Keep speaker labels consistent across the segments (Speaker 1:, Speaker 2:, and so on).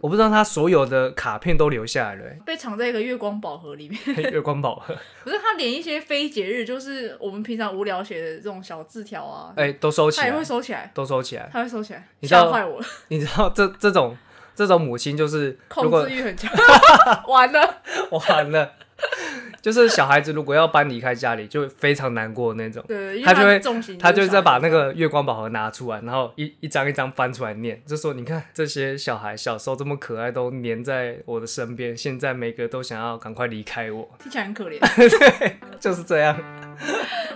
Speaker 1: 我不知道他所有的卡片都留下来 了、
Speaker 2: 被藏在一个月光宝 盒里面。
Speaker 1: 欸月光宝盒，
Speaker 2: 不是他连一些非节日，就是我们平常无聊写的这种小字条啊，
Speaker 1: 哎、都收起
Speaker 2: 他也
Speaker 1: 来
Speaker 2: 会，收起来，
Speaker 1: 都收起来。
Speaker 2: 他会收起来，
Speaker 1: 你知道
Speaker 2: 吓坏我了，
Speaker 1: 你知道这这种这种母亲就是，如
Speaker 2: 控
Speaker 1: 果
Speaker 2: 制欲很强， 完了，
Speaker 1: 完了，就是小孩子如果要搬离开家里，就非常难过那种。
Speaker 2: 对，因为
Speaker 1: 他就会
Speaker 2: 的重心，
Speaker 1: 他就
Speaker 2: 会
Speaker 1: 再把那个月光宝盒拿出来，然后一一张一张翻出来念，就说：“你看这些小孩小时候这么可爱，都黏在我的身边，现在每个都想要赶快离开我。
Speaker 2: 听起来很可怜，”
Speaker 1: 就是这样。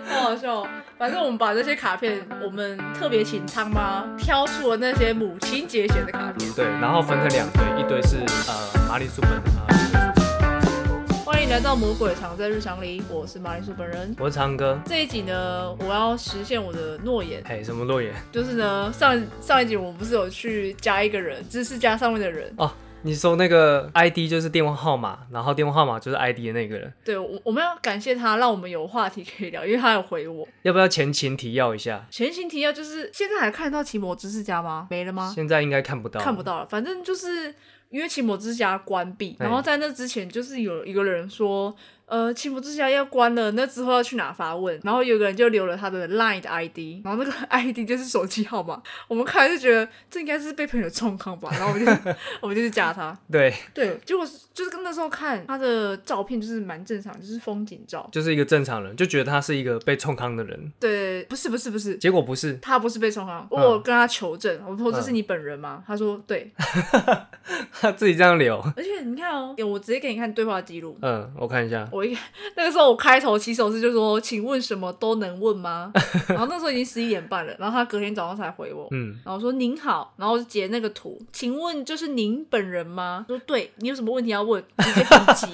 Speaker 2: 好好笑哦。反正我们把这些卡片，我们特别请苍妈挑出了那些母亲节写的卡片。
Speaker 1: 对，然后分成两堆，一堆是呃玛丽苏本人啊，一堆是
Speaker 2: 欢迎来到魔鬼藏在日常里，我是马铃薯本人。
Speaker 1: 我是长哥。
Speaker 2: 这一集呢，我要实现我的诺言，
Speaker 1: 嘿，哎什么诺言？
Speaker 2: 就是呢，上上一集我不是有去加一个人，知识加上面的人，
Speaker 1: 哦，你说那个 ID 就是电话号码，然后电话号码就是 ID 的那个人，
Speaker 2: 对我我们要感谢他，让我们有话题可以聊，因为他有回我。
Speaker 1: 要不要前情提要一下？
Speaker 2: 前行提要就是现在还看得到奇摩知识家吗？没了吗？
Speaker 1: 现在应该看不到，
Speaker 2: 看不到了，反正就是因为奇摩之家关闭，
Speaker 1: 对
Speaker 2: 然后在那之前就是有一个人说，呃，奇摩之家要关了，那之后要去哪发问？然后有个人就留了他的 LINE 的 ID，然后那个 ID 就是手机号码，我们看来就觉得这应该是被朋友冲康吧，然后我们就 我们就去加他，
Speaker 1: 对，
Speaker 2: 对，结果是就是跟那时候看他的照片就是蛮正常，就是风景照，
Speaker 1: 就是一个正常人，就觉得他是一个被冲康的人，
Speaker 2: 对，不是不是不是，
Speaker 1: 结果不是，
Speaker 2: 他不是被冲康，我
Speaker 1: 嗯
Speaker 2: 有跟他求证，我说这是
Speaker 1: 嗯
Speaker 2: 你本人吗？他说对，
Speaker 1: 他自己这样留。
Speaker 2: 而且你看哦，我直接给你看对话记录。
Speaker 1: 嗯，我看一下，
Speaker 2: 我一那个 时候我开头起手式就说，请问什么都能问吗？然后那时候已经十一点半了，然后他隔天早上才回我，
Speaker 1: 嗯，
Speaker 2: 然后说您好，然后我就截那个图，请问就是您本人吗？说对，你有什么问题要问？直接很急，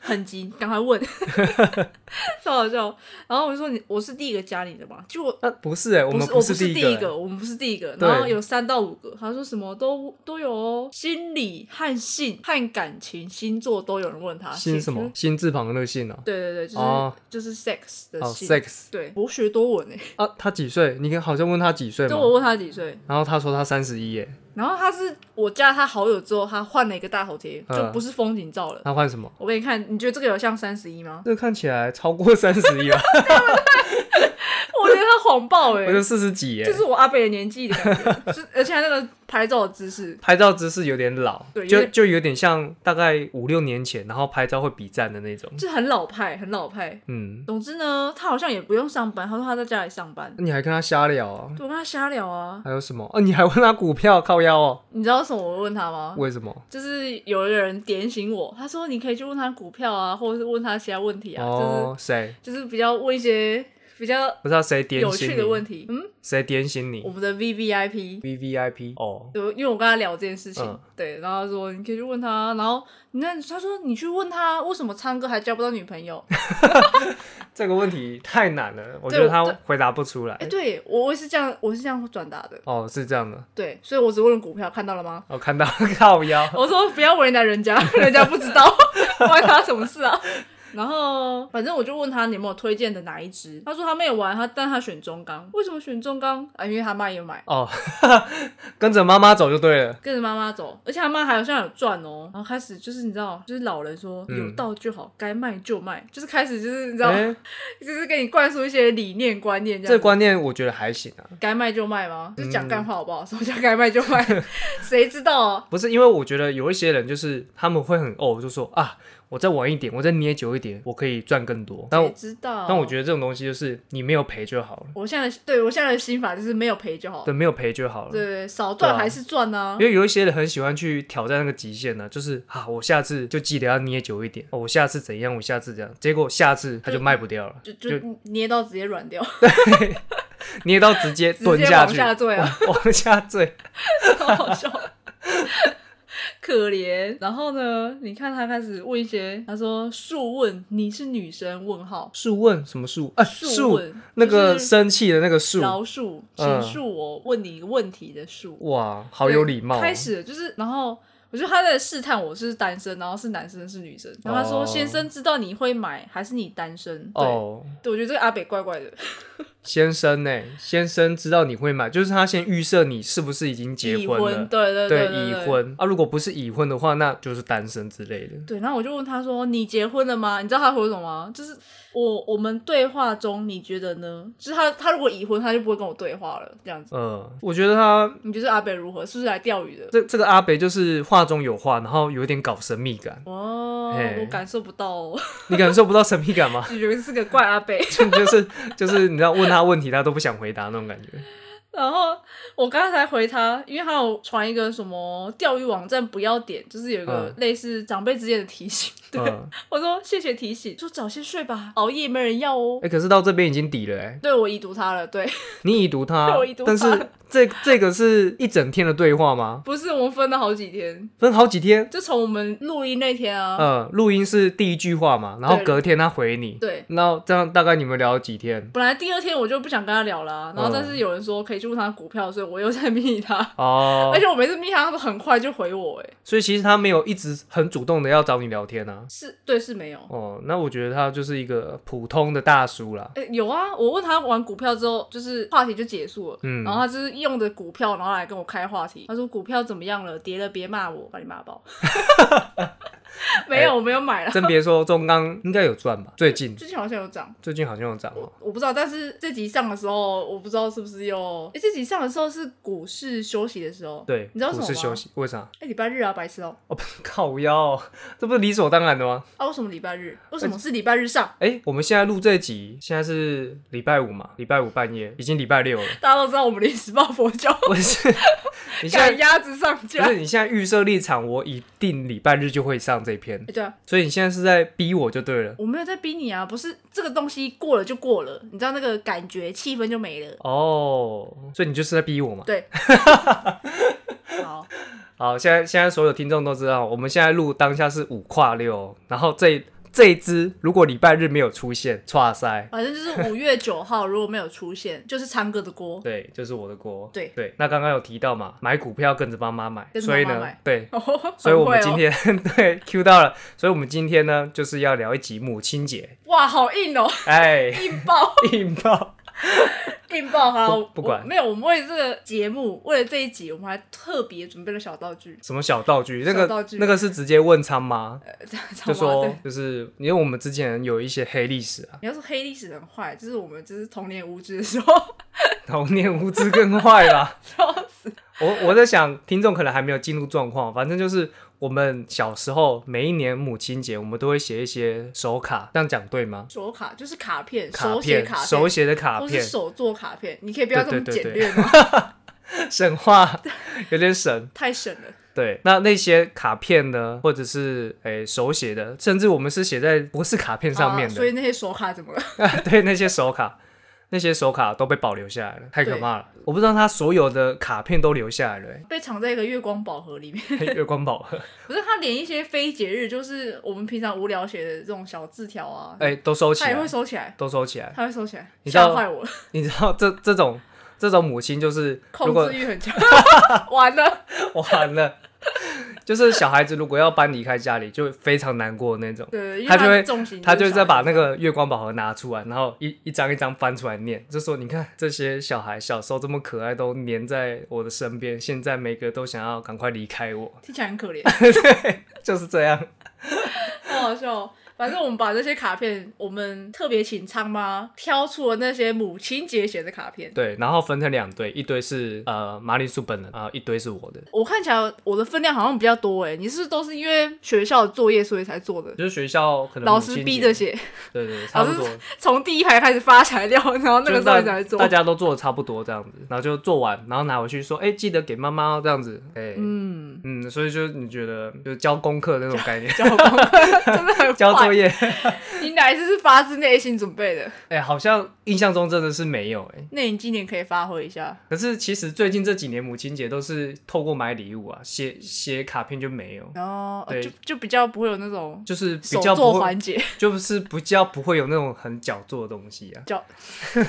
Speaker 2: 很急，赶快问， 超好笑。然后我就说你我是第一个加你的嘛，结果
Speaker 1: 那、不是哎、我
Speaker 2: 不
Speaker 1: 们
Speaker 2: 是，我
Speaker 1: 是
Speaker 2: 第
Speaker 1: 一
Speaker 2: 一
Speaker 1: 欸
Speaker 2: 个，我们不是第一个。
Speaker 1: 对
Speaker 2: 然后有三到五个，他说什么都都有哦，心理和性和感情、星座都有人问他。
Speaker 1: 心什么？心字旁的那个心哦、
Speaker 2: 对对对，就是、
Speaker 1: 哦
Speaker 2: 就是 sex 的
Speaker 1: 哦
Speaker 2: 性。
Speaker 1: ，sex
Speaker 2: 对，博学多闻诶。
Speaker 1: 啊，他几岁？你好像问他几岁
Speaker 2: 就
Speaker 1: 嘛，
Speaker 2: 我问他几岁，
Speaker 1: 然后他说他三十一哎耶，
Speaker 2: 然后他是我加他好友之后，他换了一个大头贴，
Speaker 1: 嗯
Speaker 2: 就不是风景照了。
Speaker 1: 他换什么？
Speaker 2: 我给你看，你觉得这个有像三十一吗？
Speaker 1: 这个看起来超过三十一了，
Speaker 2: 我觉得他谎报欸诶
Speaker 1: 我，就四十几哎耶
Speaker 2: 这。是我阿贝的年纪的感觉，是而且他那个拍照的姿势，
Speaker 1: 拍照姿势有点老，
Speaker 2: 对有
Speaker 1: 就
Speaker 2: 点
Speaker 1: 就有点像大概五六年前，然后拍照会比赞的那种。
Speaker 2: 就很老派，很老派。
Speaker 1: 嗯，
Speaker 2: 总之呢，他好像也不用上班，他说他在家里上班。
Speaker 1: 那你还跟他瞎聊啊？
Speaker 2: 对我跟他瞎聊啊，
Speaker 1: 还有什么？哦，你还问他股票靠腰 哦？
Speaker 2: 你知道为什么我问他吗？
Speaker 1: 为什么？
Speaker 2: 就是有一个人点醒我，他说你可以去问他股票啊，或者是问他其他问题啊，
Speaker 1: 哦，谁？
Speaker 2: 就是就是比较问一些比较
Speaker 1: 不知道谁点
Speaker 2: 有趣
Speaker 1: 醒
Speaker 2: 的
Speaker 1: 你？
Speaker 2: 问题。嗯，
Speaker 1: 谁点醒
Speaker 2: 我
Speaker 1: 你
Speaker 2: 们的 V V I P。
Speaker 1: ？V V I P 哦，
Speaker 2: 对，因为我跟他聊这件事情，
Speaker 1: 嗯
Speaker 2: 对，然后他说你可以去问他，啊然后那他说你去问他啊为什么唱歌还交不到女朋友，
Speaker 1: 这个问题太难了，我
Speaker 2: 对
Speaker 1: 觉得他
Speaker 2: 我对
Speaker 1: 回答不出来
Speaker 2: 哎、。对我我也是这样，我是这样转达的，
Speaker 1: 哦，是这样的，
Speaker 2: 对，所以我只问了股票，看到了吗？
Speaker 1: 我看到 靠腰，
Speaker 2: 我说不要为难人家， 人家不知道，关他什么事啊？然后反正我就问他你有没有推荐的哪一支，他说他没有玩，他但他选中钢，为什么选中钢啊？因为他妈也有买，
Speaker 1: 哦，跟着妈妈走就对了。
Speaker 2: 跟着妈妈走，而且他妈好像有赚哦。然后开始就是你知道，就是老人说
Speaker 1: 嗯
Speaker 2: 有到就好，该卖就卖，就是开始就是你知道，
Speaker 1: 哎，
Speaker 2: 就是给你灌输一些理念观念这样子。
Speaker 1: 这嗯观念我觉得还行啊，
Speaker 2: 该卖就卖吗？就是讲干话好不 好？什么叫该卖就 卖？谁知道啊？
Speaker 1: 不是因为我觉得有一些人就是他们会很哦，就说啊，我再玩一点，我再捏久一点，我可以赚更多。但
Speaker 2: 谁
Speaker 1: 我
Speaker 2: 知道？
Speaker 1: 但我觉得这种东西就是你没有赔就好了，
Speaker 2: 我现在的对我现在的心法就是没有赔就好。
Speaker 1: 对，没有赔就好了。
Speaker 2: 哦对，少
Speaker 1: 对
Speaker 2: 赚
Speaker 1: 啊
Speaker 2: 还是赚呢、啊
Speaker 1: 因。为有一些人很喜欢去挑战那个极限呢、就是啊，我下次就记得要捏久一点，哦我下次怎样，我下次怎样，结果下次他就卖不掉了，
Speaker 2: 就就捏到直接软 掉，
Speaker 1: 捏到直接
Speaker 2: 直
Speaker 1: 蹲
Speaker 2: 接
Speaker 1: 下
Speaker 2: 往
Speaker 1: 去，
Speaker 2: 下坠 啊，
Speaker 1: 往往下坠。
Speaker 2: 超好笑，可怜。然后呢，你看他开始问一些，他说“树问你是女生？”问号，
Speaker 1: 树问什么树？啊，
Speaker 2: 树
Speaker 1: 树
Speaker 2: 问
Speaker 1: 那个
Speaker 2: 就是
Speaker 1: 生气的那个树，
Speaker 2: 饶恕，
Speaker 1: 嗯
Speaker 2: 请恕我问你一个问题的恕，
Speaker 1: 哇，好有礼貌哦。
Speaker 2: 开始就是，然后我觉得他在试探我是单身，然后是男生是女生，然后他说、
Speaker 1: 哦
Speaker 2: 先生知道你会买还是你单身？对，
Speaker 1: 哦，
Speaker 2: 对我觉得这个阿北怪怪的，
Speaker 1: 先生呢、先生知道你会买，就是他先预设你是不是已经结
Speaker 2: 已
Speaker 1: 婚了，
Speaker 2: 婚，对对对对
Speaker 1: 已。婚啊，如果不是已婚的话，那就是单身之类的。
Speaker 2: 对，然后我就问他说：“你结婚了吗？”你知道他回我什么吗？就是我我们对话中，你觉得呢？就是他他如果已婚，他就不会跟我对话了，这样子。
Speaker 1: 呃，我觉得他
Speaker 2: 你觉得阿北如何？是不是来钓鱼的？
Speaker 1: 这这个阿北就是话中有话，然后有点搞神秘感，
Speaker 2: 哦，
Speaker 1: 嘿
Speaker 2: 我感受不到哦，
Speaker 1: 你感受不到神秘感吗？
Speaker 2: 就觉得是个怪阿北。
Speaker 1: 就就是就是你知道问他问题，他都不想回答那种感觉。
Speaker 2: 然后我刚才回他，因为他有传一个什么钓鱼网站不要点，就是有一个
Speaker 1: 嗯
Speaker 2: 类似长辈之间的提醒。对，
Speaker 1: 嗯，哎、
Speaker 2: 我说谢谢提醒，说早些睡吧，熬夜没人要哦。
Speaker 1: 欸可是到这边已经底了、哎，
Speaker 2: 对，我已读他了。对，，
Speaker 1: 你已读他
Speaker 2: 我已读他
Speaker 1: 但是这这个是一整天的对话吗？
Speaker 2: 不是我们分了好几天，
Speaker 1: 分好几天。
Speaker 2: 就从我们录音那天啊，
Speaker 1: 呃，录音是第一句话嘛，然后
Speaker 2: 对
Speaker 1: 隔天他回你，
Speaker 2: 对，
Speaker 1: 那这样大概你们聊了几天？
Speaker 2: 本来第二天我就不想跟他聊了啊、然后
Speaker 1: 嗯
Speaker 2: 但是有人说可以去问他股票，所以我又在密他。
Speaker 1: 哦
Speaker 2: 而，且我每次密他，他都很快就回我、哎，
Speaker 1: 所以其实他没有一直很主动的要找你聊天啊。
Speaker 2: 是对是没有，
Speaker 1: 哦，那我觉得他就是一个普通的大叔啦。
Speaker 2: 哎、有啊，我问他玩股票之后，就是话题就结束了。
Speaker 1: 嗯
Speaker 2: 然后他就是用着股票，然后来跟我开话题。他说股票怎么样了？跌了别骂我，把你骂 爆。没
Speaker 1: 哎
Speaker 2: 有，我没有买了。
Speaker 1: 真别说中钢应该有赚吧？最近
Speaker 2: 之前好像有涨，
Speaker 1: 最近好像有涨哦。
Speaker 2: 我不知道。但是这集上的时候，我不知道是不是又……哎、这集上的时候是股市休息的时候。
Speaker 1: 对，
Speaker 2: 你知道为
Speaker 1: 股
Speaker 2: 什么
Speaker 1: 市
Speaker 2: 吗
Speaker 1: 休息为啥？
Speaker 2: 哎、礼拜日啊，白痴哦、
Speaker 1: 哦，靠腰哦、这不是理所当然的吗？
Speaker 2: 啊，为什么礼拜日？为什么是礼拜日上？
Speaker 1: 哎、我们现在录这集，现在是礼拜五嘛，礼拜五半夜，已经礼拜六 了。
Speaker 2: 大家都知道我们临时抱佛脚，
Speaker 1: 不是， 你 现
Speaker 2: 赶
Speaker 1: 在
Speaker 2: 鸭子上架。
Speaker 1: 不
Speaker 2: 哎、
Speaker 1: 是你现在预设立场，我一定礼拜日就会上这篇，
Speaker 2: 对啊，
Speaker 1: 所以你现在是在逼我就对了。
Speaker 2: 我没有在逼你啊，不是这个东西过了就过了，你知道那个感觉气氛就没了。
Speaker 1: 哦，所以你就是在逼我嘛？
Speaker 2: 对，好，
Speaker 1: 好，现在现在所有听众都知道，我们现在录当下是五跨六哦，然后这这一支如果礼拜日没有出现，跨塞，
Speaker 2: 反正就是五月九号如果没有出现，就是昌哥的锅。
Speaker 1: 对，就是我的锅。
Speaker 2: 对
Speaker 1: 对，那刚刚有提到嘛，买股票跟着妈妈买，
Speaker 2: 跟着
Speaker 1: 所以
Speaker 2: 妈妈
Speaker 1: 呢
Speaker 2: 买，哦
Speaker 1: 对， 所
Speaker 2: 所
Speaker 1: 以我们
Speaker 2: 哦
Speaker 1: 今天、 对 Q 到了，所以我们今天呢就是要聊一集母亲节，
Speaker 2: 哇，好硬哦，，
Speaker 1: 哎
Speaker 2: 硬爆，
Speaker 1: 硬爆，
Speaker 2: 硬爆哈！
Speaker 1: 不
Speaker 2: 我
Speaker 1: 不管
Speaker 2: 我没有，我们为了这个节目，为了这一集，我们还特别准备了小道具，
Speaker 1: 什么小道具？那个
Speaker 2: 小道具
Speaker 1: 那个是直接问仓妈，
Speaker 2: 呃这样知
Speaker 1: 就
Speaker 2: 道吗
Speaker 1: 说
Speaker 2: 对
Speaker 1: 就是因为我们之前有一些黑历史啊，
Speaker 2: 你要说黑历史很坏，就是我们就是童年无知的时候，
Speaker 1: 童年无知更坏啦。
Speaker 2: 笑死！
Speaker 1: 我我在想，听众可能还没有进入状况，反正就是我们小时候每一年母亲节，我们都会写一些手卡，这样讲对吗？
Speaker 2: 手卡就是卡片，
Speaker 1: 卡
Speaker 2: 手写
Speaker 1: 片，
Speaker 2: 卡片，
Speaker 1: 手写的卡
Speaker 2: 都是
Speaker 1: 片，
Speaker 2: 手做卡片，你可以不要这么
Speaker 1: 对对
Speaker 2: 简
Speaker 1: 对
Speaker 2: 略吗？
Speaker 1: 神话有点神。
Speaker 2: 太省了。
Speaker 1: 对，那那些卡片呢，或者是诶、手写的，甚至我们是写在不是卡片 上面
Speaker 2: 啊
Speaker 1: 的，
Speaker 2: 所以那些手卡怎么了？
Speaker 1: 对那些手卡，那些手卡都被保留下来了，太可
Speaker 2: 对
Speaker 1: 怕了。我不知道他所有的卡片都留下来了、
Speaker 2: 被藏在一个月光宝盒里面。
Speaker 1: 欸 月光宝盒，
Speaker 2: 不是，他连一些非节日，就是我们平常无聊写的这种小字条啊，
Speaker 1: 哎、都收起
Speaker 2: 他也会
Speaker 1: 来，
Speaker 2: 收起来，
Speaker 1: 都收起来。
Speaker 2: 他会收起来，
Speaker 1: 你知道
Speaker 2: 吓坏我了，
Speaker 1: 你知道这这种这种母亲就是，如
Speaker 2: 控
Speaker 1: 果
Speaker 2: 制欲 很强，完了，
Speaker 1: 完了，就是小孩子如果要搬离开家里，就非常难过那种。
Speaker 2: 对，因为
Speaker 1: 他就会
Speaker 2: 的重心
Speaker 1: 他就
Speaker 2: 会
Speaker 1: 是再把那个月光宝盒拿出来，然后一一张一张翻出来念，就说：“你看这些小孩小时候这么可爱，都黏在我的身边，现在每个都想要赶快离开我。
Speaker 2: 听起来很可怜，”
Speaker 1: 就是这样。
Speaker 2: 好好笑哦。反正我们把这些卡片，我们特别请仓妈挑出了那些母亲节写的卡片。
Speaker 1: 对，然后分成两堆，一堆是呃马铃薯本人啊、一堆是我的。
Speaker 2: 我看起来我的分量好像比较多哎，你是不是都是因为学校的作业所以才做的？
Speaker 1: 就是学校可能
Speaker 2: 老
Speaker 1: 母
Speaker 2: 师
Speaker 1: 亲
Speaker 2: 逼
Speaker 1: 节
Speaker 2: 着，写，
Speaker 1: 对对，差不多。
Speaker 2: 从第一排开始发材料，然后那
Speaker 1: 就
Speaker 2: 个
Speaker 1: 是
Speaker 2: 时候
Speaker 1: 大
Speaker 2: 你才做
Speaker 1: 大。家都做的差不多这样子，然后就做完，然后拿回去说，哎、记得给妈妈哦这样子，哎、
Speaker 2: 嗯，
Speaker 1: 嗯，所以就你觉得就是交功课那种概 念，
Speaker 2: 交功课真的很
Speaker 1: 交
Speaker 2: 坏
Speaker 1: 作业，
Speaker 2: 你哪一次是发自内心准备的？
Speaker 1: 哎、好像印象中真的是没有哎、
Speaker 2: 那你今年可以发挥一下。
Speaker 1: 可是其实最近这几年母亲节都是透过买礼物啊，写写卡片就没有，
Speaker 2: 然后呃
Speaker 1: 对
Speaker 2: 就就比较不会有那种
Speaker 1: 就是比
Speaker 2: 手
Speaker 1: 较
Speaker 2: 作
Speaker 1: 不会，
Speaker 2: 环节，
Speaker 1: 就是比较不会有那种很矫作的东西啊。
Speaker 2: 叫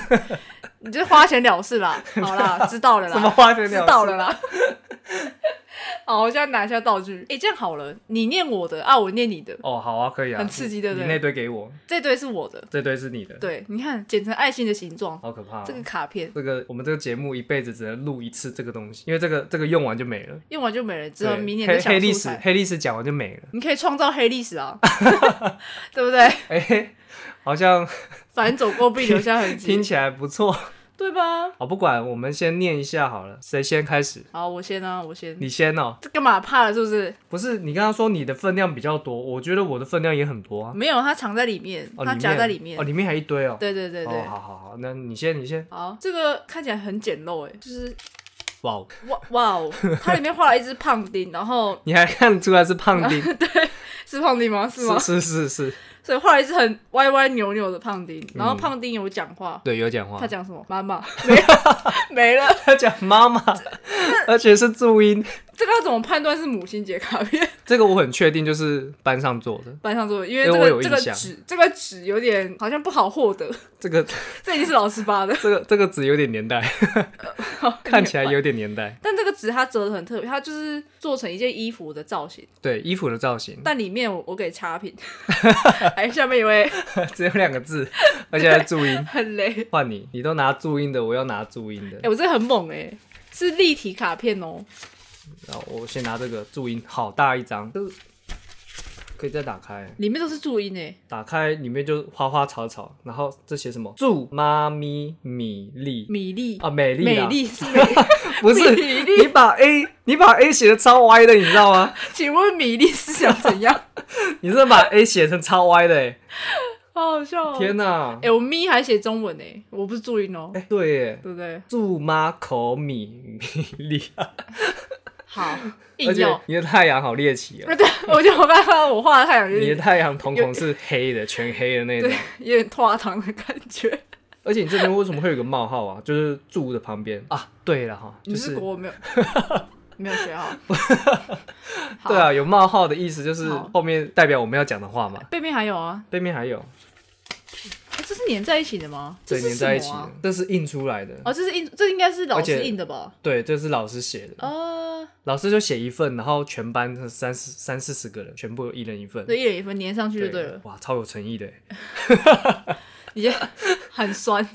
Speaker 2: 你就花钱了事啦。好啦，知道了
Speaker 1: 什么
Speaker 2: 啦，
Speaker 1: 花钱
Speaker 2: 知
Speaker 1: 了
Speaker 2: 道
Speaker 1: 事
Speaker 2: 了啦。好，我现在拿一下道具。哎、这样好了，你念我的啊，我念你的，
Speaker 1: 哦，好啊，可以啊，
Speaker 2: 很刺激对
Speaker 1: 你
Speaker 2: 不对
Speaker 1: 你那堆给我，
Speaker 2: 这堆是我的。
Speaker 1: 这堆是你的，，
Speaker 2: 对，你看，剪成爱心的形状，
Speaker 1: 好可怕、哦。
Speaker 2: 这个卡片
Speaker 1: 这个我们这个节目一辈子只能录一次这个东西，因为这个这个用完就没了。
Speaker 2: 用完就没了，只有
Speaker 1: 对，
Speaker 2: 明年
Speaker 1: 黑
Speaker 2: 的小
Speaker 1: 黑历
Speaker 2: 素
Speaker 1: 史，
Speaker 2: 材。
Speaker 1: 黑历史讲完就没了。
Speaker 2: 你可以创造黑历史 啊，对不对？
Speaker 1: 哎、 好像
Speaker 2: 反走过必留下痕迹
Speaker 1: 听，起来不错。
Speaker 2: 对吧？
Speaker 1: 好，不管，我们先念一下好了。谁先开始？
Speaker 2: 好，我先啊，我先。
Speaker 1: 你先哦、
Speaker 2: 这干嘛怕了是不是？
Speaker 1: 不是，你刚刚说你的分量比较多，我觉得我的分量也很多啊。
Speaker 2: 没有，它藏在里面，
Speaker 1: 哦，
Speaker 2: 它
Speaker 1: 里
Speaker 2: 夹在里
Speaker 1: 哦，里面还一堆哦。
Speaker 2: 对对对对
Speaker 1: 哦，。好好好，那你先，你先。
Speaker 2: 好，这个看起来很简陋哎，就是
Speaker 1: 哇哦，
Speaker 2: 哇哇 哦，它里面画了一只胖丁，然后
Speaker 1: 你还看出来是胖丁？
Speaker 2: 是胖丁 吗？是吗？
Speaker 1: 是是是是，
Speaker 2: 所以画了一只很歪歪扭扭的胖
Speaker 1: 嗯
Speaker 2: 丁，然后胖丁有讲话，
Speaker 1: 对，有讲话
Speaker 2: 他。讲什么？妈妈 没了没了，
Speaker 1: 他讲妈 妈，而且是注音。
Speaker 2: 这个要怎么判断是母亲节卡片？
Speaker 1: 这个我很确定就是班上做的，
Speaker 2: 班上作文，因为
Speaker 1: 因
Speaker 2: 这
Speaker 1: 为我有
Speaker 2: 个这个
Speaker 1: 印象
Speaker 2: 纸这个纸有点好像不好获得，
Speaker 1: 这个，
Speaker 2: 这已经是老师发的
Speaker 1: 这个这个纸有点年 代， 看起来有点年代。
Speaker 2: 但这个纸它折的很特别，它就是做成一件衣服的造型，
Speaker 1: 对，衣服的造 型
Speaker 2: 但里面我我给 差评，哎，下面一位
Speaker 1: 只有两个字，而且还注音。
Speaker 2: 很雷，
Speaker 1: 换你，你都拿注音的，我要拿注音的
Speaker 2: 哎、。我这个很猛哎、是立体卡片哦、
Speaker 1: 然后我先拿这个注音，好大一张，这个可以再打开。
Speaker 2: 里面都是注音哎、
Speaker 1: 打开里面就花花草草，然后这写什么？祝妈咪米粒
Speaker 2: 米粒。
Speaker 1: 啊，美丽
Speaker 2: 美
Speaker 1: 啊，
Speaker 2: 丽是美丽，
Speaker 1: 不是
Speaker 2: 米粒
Speaker 1: 你把 A 你把 A 写的超歪的，你知道吗？
Speaker 2: 请问米粒是想 怎样？
Speaker 1: 你真的把 A 写成超歪的、欸，
Speaker 2: 好好笑、哦！
Speaker 1: 天哪、
Speaker 2: 哎、我咪还写中文呢、我不是注音哦、
Speaker 1: 哎、对耶，
Speaker 2: 对不对？
Speaker 1: 祝妈口米米粒，
Speaker 2: 好，
Speaker 1: 而
Speaker 2: 硬
Speaker 1: 且
Speaker 2: 要。
Speaker 1: 你的太阳好猎奇 哦，
Speaker 2: 对，我就我刚刚我画的太阳有
Speaker 1: 你的
Speaker 2: 点
Speaker 1: 太阳瞳孔是黑的，全黑的那种
Speaker 2: 对。，有点拖堂的感觉。
Speaker 1: 而且你这边为什么会有一个冒号啊？就是祝的旁边啊。对了哈，
Speaker 2: 你
Speaker 1: 就是
Speaker 2: 国文没有 没有学好，好
Speaker 1: 对啊，有冒号的意思就是
Speaker 2: 好
Speaker 1: 后面代表我们要讲的话嘛。
Speaker 2: 背面还有啊，
Speaker 1: 背面还有，
Speaker 2: 诶这是粘在一起的吗？这
Speaker 1: 对，
Speaker 2: 是
Speaker 1: 粘
Speaker 2: 什
Speaker 1: 在一起
Speaker 2: 么啊
Speaker 1: 的，这是印出来的。
Speaker 2: 哦，这是印，这应该是老
Speaker 1: 而
Speaker 2: 师
Speaker 1: 且
Speaker 2: 印的吧？
Speaker 1: 对，这是老师写的，
Speaker 2: 哦，
Speaker 1: 老师就写一份，然后全班三四三四十个人，全部一人一份。
Speaker 2: 对，一人一份粘上去就对了，
Speaker 1: 哇，超有诚意的耶。欸
Speaker 2: 你就 很酸。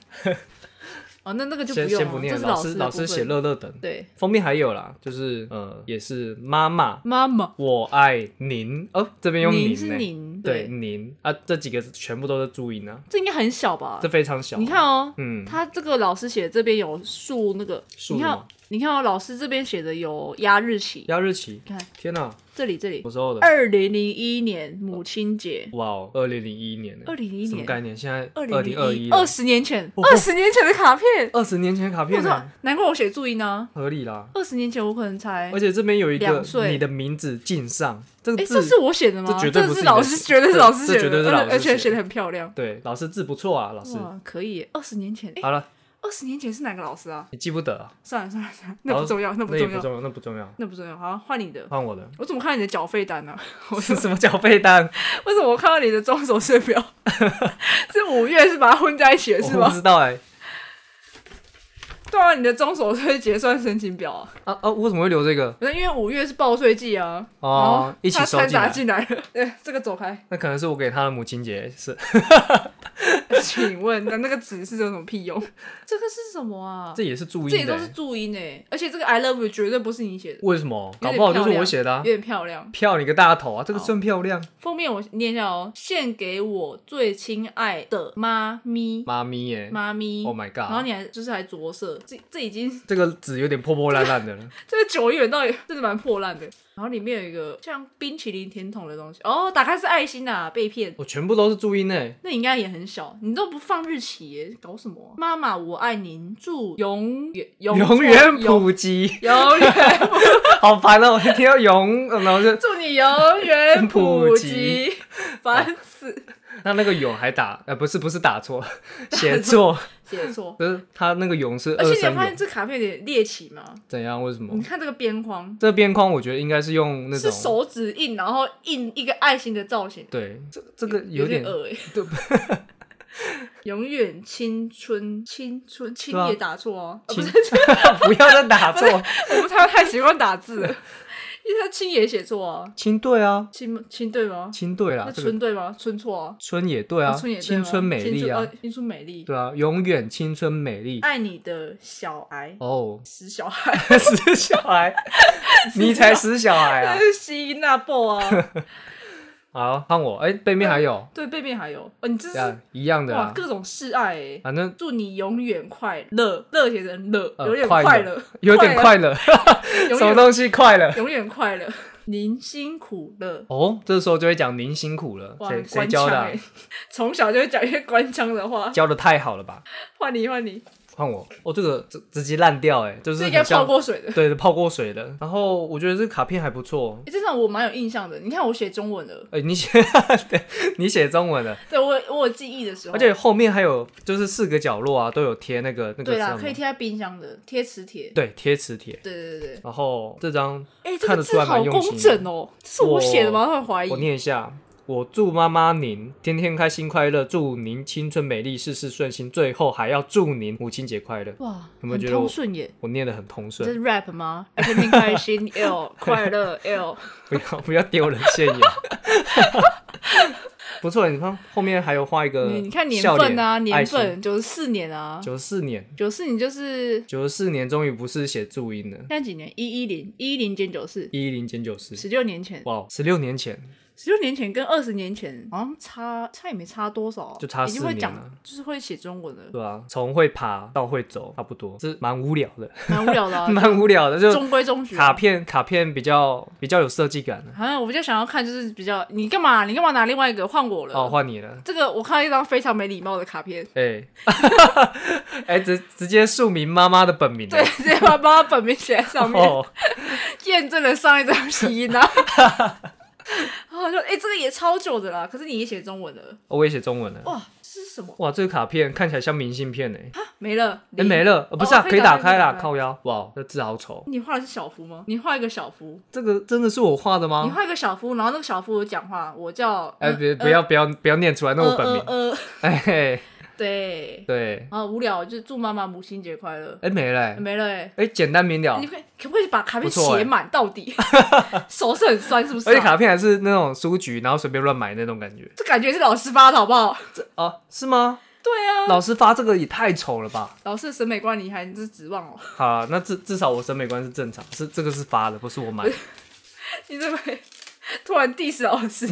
Speaker 2: 哦，那那个就
Speaker 1: 先
Speaker 2: 用
Speaker 1: 先
Speaker 2: 了，这
Speaker 1: 念，
Speaker 2: 是
Speaker 1: 老
Speaker 2: 师
Speaker 1: 老
Speaker 2: 老
Speaker 1: 师写乐乐等。
Speaker 2: 对，
Speaker 1: 封面还有啦，就是呃，也是妈妈，
Speaker 2: 妈妈，
Speaker 1: 我爱您哦，这边用
Speaker 2: 您
Speaker 1: 呢
Speaker 2: 是您，
Speaker 1: 对
Speaker 2: 对，
Speaker 1: 您啊，这几个全部都是注音啊，
Speaker 2: 这应该很小吧？
Speaker 1: 这非常小。
Speaker 2: 你，看哦，
Speaker 1: 嗯，
Speaker 2: 他这个老师写这边有数那个，
Speaker 1: 数
Speaker 2: 你
Speaker 1: 什
Speaker 2: 看
Speaker 1: 么，
Speaker 2: 你看哦，老师这边写的有压日期，
Speaker 1: 压日期，
Speaker 2: 看
Speaker 1: 天哪，
Speaker 2: 这里这里
Speaker 1: 什，么时候的？
Speaker 2: 二零零一年母亲节，
Speaker 1: 哇哦，二零零一年呢，
Speaker 2: 2001
Speaker 1: 什么
Speaker 2: 年
Speaker 1: 概念？现在
Speaker 2: 二
Speaker 1: 二零二
Speaker 2: 零
Speaker 1: 一，
Speaker 2: 二十年前，
Speaker 1: 哦
Speaker 2: 二十年前的卡片，
Speaker 1: 二十年前的卡
Speaker 2: 我
Speaker 1: 片
Speaker 2: 操
Speaker 1: 呢，，
Speaker 2: 难怪我写注音呢。
Speaker 1: 合理啦。
Speaker 2: 二十年前我可能才
Speaker 1: 而，且这边有一个
Speaker 2: 哎两岁
Speaker 1: 你的名字敬上，这个
Speaker 2: 哎，这
Speaker 1: 字
Speaker 2: 是我写的吗？
Speaker 1: 这绝对不是
Speaker 2: 这是
Speaker 1: 你的
Speaker 2: 老师，
Speaker 1: 字
Speaker 2: 绝对是
Speaker 1: 这
Speaker 2: 老师
Speaker 1: 这
Speaker 2: 写的，
Speaker 1: 绝对是老师
Speaker 2: 而且而且
Speaker 1: 写
Speaker 2: 写
Speaker 1: 的
Speaker 2: 的很漂亮。
Speaker 1: 对老师字不错啊，老师。
Speaker 2: 哇，可以耶！二十年前，哎，
Speaker 1: 好了，
Speaker 2: 二十年前是哪个老师啊？
Speaker 1: 你记不得啊，
Speaker 2: 算了算了算了，
Speaker 1: 然
Speaker 2: 那
Speaker 1: 后
Speaker 2: 不重要，那不
Speaker 1: 那也
Speaker 2: 重
Speaker 1: 不
Speaker 2: 要，
Speaker 1: 重要，那不重要。
Speaker 2: 那不重要。好，换你的。
Speaker 1: 换我的，
Speaker 2: 我怎么看到你的缴费单呢？
Speaker 1: 我是什么 缴费单？
Speaker 2: 为什么我看到你的装手税表 是五月是把它混在一起的 是
Speaker 1: 我不
Speaker 2: 吗？
Speaker 1: 知道哎、
Speaker 2: 对啊，你的装手税结算申请表啊，
Speaker 1: 啊啊，为什么会留这个？
Speaker 2: 不是因为五月是报税季啊，
Speaker 1: 哦，一
Speaker 2: 然后
Speaker 1: 起
Speaker 2: 他
Speaker 1: 收
Speaker 2: 掺
Speaker 1: 进
Speaker 2: 杂
Speaker 1: 来。
Speaker 2: 进来了。 对，这个走开。
Speaker 1: 那可能是我给他的母亲节是
Speaker 2: 请问那那个纸是有什么 屁用？这个是什么啊？
Speaker 1: 这也是注
Speaker 2: 这
Speaker 1: 音
Speaker 2: 也
Speaker 1: 的、
Speaker 2: 都是
Speaker 1: 欸，
Speaker 2: 注音诶，而且这个 I love you 绝对不是你写的，
Speaker 1: 为什么？
Speaker 2: 有
Speaker 1: 搞
Speaker 2: 点
Speaker 1: 不好就是
Speaker 2: 漂
Speaker 1: 我
Speaker 2: 亮哦
Speaker 1: 写的、啊
Speaker 2: 有，点漂亮。
Speaker 1: 票你个大头啊！这个
Speaker 2: 好
Speaker 1: 真漂亮，
Speaker 2: 封面我念一下哦，献给我最亲爱的妈咪，
Speaker 1: 妈咪耶、
Speaker 2: 妈咪。
Speaker 1: o h my
Speaker 2: 然后
Speaker 1: god，
Speaker 2: 你还就是还着色，这这已经
Speaker 1: 这个纸有点破破烂烂的了，
Speaker 2: 这个久远到底真的蛮破烂的。然后里面有一个像冰淇淋甜筒的东西，哦，打开是爱心啊，被骗。
Speaker 1: 我全部都是注音诶、
Speaker 2: 那你应该也很小，你都不放日期耶，搞什么啊、妈妈，我爱您，祝永远永
Speaker 1: 永远
Speaker 2: 永
Speaker 1: 普及，
Speaker 2: 永远
Speaker 1: 好烦哦、我一听到永，然后就
Speaker 2: 祝你永远普
Speaker 1: 普
Speaker 2: 及，烦死，
Speaker 1: 那那个永还打，呃，不是不是打 错，写错，
Speaker 2: 写错。
Speaker 1: 就是他那个永是二
Speaker 2: 而且你有
Speaker 1: 声
Speaker 2: 发现
Speaker 1: 永，
Speaker 2: 这卡片有点猎奇吗？
Speaker 1: 怎样？为什么
Speaker 2: 你？看这个边框
Speaker 1: 这个边框我觉得应该是用那
Speaker 2: 是
Speaker 1: 种，
Speaker 2: 手指印，然后印一个爱心的造型，
Speaker 1: 对，这这个
Speaker 2: 有
Speaker 1: 点
Speaker 2: 恶哎、
Speaker 1: 对
Speaker 2: 永远青春，青春，青
Speaker 1: 对啊
Speaker 2: 也打错哦、啊，不是，
Speaker 1: 不要再打错，
Speaker 2: 我们台湾太习惯打字了。因为他青也写错啊，
Speaker 1: 青队啊，
Speaker 2: 青青对吗？
Speaker 1: 青队啦
Speaker 2: 那，
Speaker 1: 啊这个
Speaker 2: 春对吗？春错啊，
Speaker 1: 春也对啊，
Speaker 2: 春也对
Speaker 1: 青
Speaker 2: 吗
Speaker 1: 春美丽
Speaker 2: 青春
Speaker 1: 啊
Speaker 2: 呃，哎青春美丽，
Speaker 1: 对啊，永远青春美丽。
Speaker 2: 爱你的小孩，，
Speaker 1: 哦
Speaker 2: 死小孩，
Speaker 1: 死小 孩，你才死小孩啊！
Speaker 2: 西音那波啊，
Speaker 1: 好，看我，哎、背面还有，
Speaker 2: 对，背面还有，哦，你这
Speaker 1: 这
Speaker 2: 是
Speaker 1: 样一样的
Speaker 2: 哇，
Speaker 1: 啊，
Speaker 2: 各种示爱欸，
Speaker 1: 反正
Speaker 2: 祝你永远快乐，乐写成乐，
Speaker 1: 呃
Speaker 2: 有点
Speaker 1: 快乐
Speaker 2: 快乐，
Speaker 1: 有点快乐，
Speaker 2: 永
Speaker 1: 什么
Speaker 2: 远
Speaker 1: 东西快乐？
Speaker 2: 永远快乐，您辛苦了。
Speaker 1: 哦，这时候就会讲您辛苦了，
Speaker 2: 哇，
Speaker 1: 谁
Speaker 2: 很
Speaker 1: 谁
Speaker 2: 官
Speaker 1: 教
Speaker 2: 腔
Speaker 1: 的啊、
Speaker 2: 欸 从小就会讲一些官腔的话。
Speaker 1: 教的太好了吧？
Speaker 2: 换你，换你，
Speaker 1: 换我，哦，这个直直接烂掉、哎，就是
Speaker 2: 这应
Speaker 1: 很
Speaker 2: 该
Speaker 1: 像
Speaker 2: 泡过水 的。
Speaker 1: 对泡过水的。然后我觉得这卡片还不错，
Speaker 2: 欸、这张我蛮有印象的。你看我写中文的，
Speaker 1: 哎、你写 对你写中文的，
Speaker 2: 对我我有记忆的时候，
Speaker 1: 而且后面还有就是四个角落啊都有贴那个那个
Speaker 2: 对啦，
Speaker 1: 什么
Speaker 2: 可以贴在冰箱的贴磁铁。
Speaker 1: 对贴磁铁。
Speaker 2: 对对对对，
Speaker 1: 然后这张
Speaker 2: 哎、这
Speaker 1: 看
Speaker 2: 个
Speaker 1: 得出
Speaker 2: 字
Speaker 1: 来蛮
Speaker 2: 好
Speaker 1: 用
Speaker 2: 工
Speaker 1: 心的
Speaker 2: 整哦，这是我写的吗？会怀
Speaker 1: 我
Speaker 2: 疑。
Speaker 1: 念一下。我祝妈妈您天天开心快乐，祝您青春美丽，事事顺心，最后还要祝您母亲节快乐。
Speaker 2: 哇，
Speaker 1: 有没有
Speaker 2: 很
Speaker 1: 觉得我
Speaker 2: 通顺耶？
Speaker 1: 我念得很通
Speaker 2: 这
Speaker 1: 顺，
Speaker 2: 是 rap 吗？天天开心 L 快乐 L，
Speaker 1: 不要不要丢人现眼。不错，你看后面还有画一个
Speaker 2: 你你看年
Speaker 1: 笑
Speaker 2: 份啊，
Speaker 1: 脸爱
Speaker 2: 年
Speaker 1: 心
Speaker 2: 份九十四年啊，
Speaker 1: 九四年，
Speaker 2: 九四年就是现
Speaker 1: 九四年终于不是写注音了，
Speaker 2: 在几年？一一零一一零减九四，
Speaker 1: 一零减九四，
Speaker 2: 十六年前，
Speaker 1: 哇，十六年前
Speaker 2: 十六年前跟二十年前好像差差也没差多少啊，
Speaker 1: 就差
Speaker 2: 已经
Speaker 1: 四
Speaker 2: 会
Speaker 1: 年
Speaker 2: 讲
Speaker 1: 了，
Speaker 2: 就是会写中文了，
Speaker 1: 对啊？从会爬到会走，差不多，这蛮无聊的，，
Speaker 2: 蛮无聊的、啊
Speaker 1: 蛮无聊的，就
Speaker 2: 中规中矩、
Speaker 1: 卡
Speaker 2: 啊。
Speaker 1: 片卡片比较比较有设计感啊了。
Speaker 2: 好像我比较想要看，就是比较你干嘛？你干嘛拿另外一个换我了？
Speaker 1: 哦，换你了，
Speaker 2: 这个我看到一张非常没礼貌的 卡片，
Speaker 1: 哎、哎、直直接署名妈妈的本名，啊
Speaker 2: 对，，直接把把它本名写在上面，
Speaker 1: 哦，
Speaker 2: 验证了上一张拼 音啊。 然后我就哎、这个也超久的啦，可是你也写中文了，
Speaker 1: 我也写中文了。
Speaker 2: 哇，这是什么
Speaker 1: 哇，这个卡片看起来像明信片呢、哎、
Speaker 2: 哦啊？没了，零
Speaker 1: 没。了，呃不是啊，
Speaker 2: 哦
Speaker 1: 可
Speaker 2: 可
Speaker 1: 以
Speaker 2: 以
Speaker 1: 打
Speaker 2: 打开
Speaker 1: 开啦，
Speaker 2: 可以打开嗯
Speaker 1: 靠腰。哇，这字好丑，
Speaker 2: 你画的是小夫吗？你画一个小夫，
Speaker 1: 这个真的是我画的
Speaker 2: 你
Speaker 1: 吗？
Speaker 2: 画一个小夫，然后那个小夫有讲话，我叫
Speaker 1: 啊哎，
Speaker 2: 嗯
Speaker 1: 别不
Speaker 2: 呃
Speaker 1: 要不要不要念出来，那我本名。
Speaker 2: 呃呃呃
Speaker 1: 哎嘿，
Speaker 2: 对，
Speaker 1: 对，
Speaker 2: 然后无聊就是祝妈妈母亲节快乐，
Speaker 1: 哎没了欸，
Speaker 2: 没了哎、
Speaker 1: 哎简单明了
Speaker 2: 你，可以可不可以把卡片
Speaker 1: 不错欸
Speaker 2: 写满到 底？手是很酸是不是、
Speaker 1: 而且
Speaker 2: 啊？
Speaker 1: 卡片还是那种书局，然后随便乱买那种感觉。
Speaker 2: 这感觉是老师发的好不好？
Speaker 1: 哦，是吗？
Speaker 2: 对啊，
Speaker 1: 老师发这个也太丑了吧！
Speaker 2: 老师的审美观你还是指望哦？
Speaker 1: 好啦，那至至少我审美观是正常，是这个是发的，不是我买的。
Speaker 2: 你怎么突然 diss 老 师？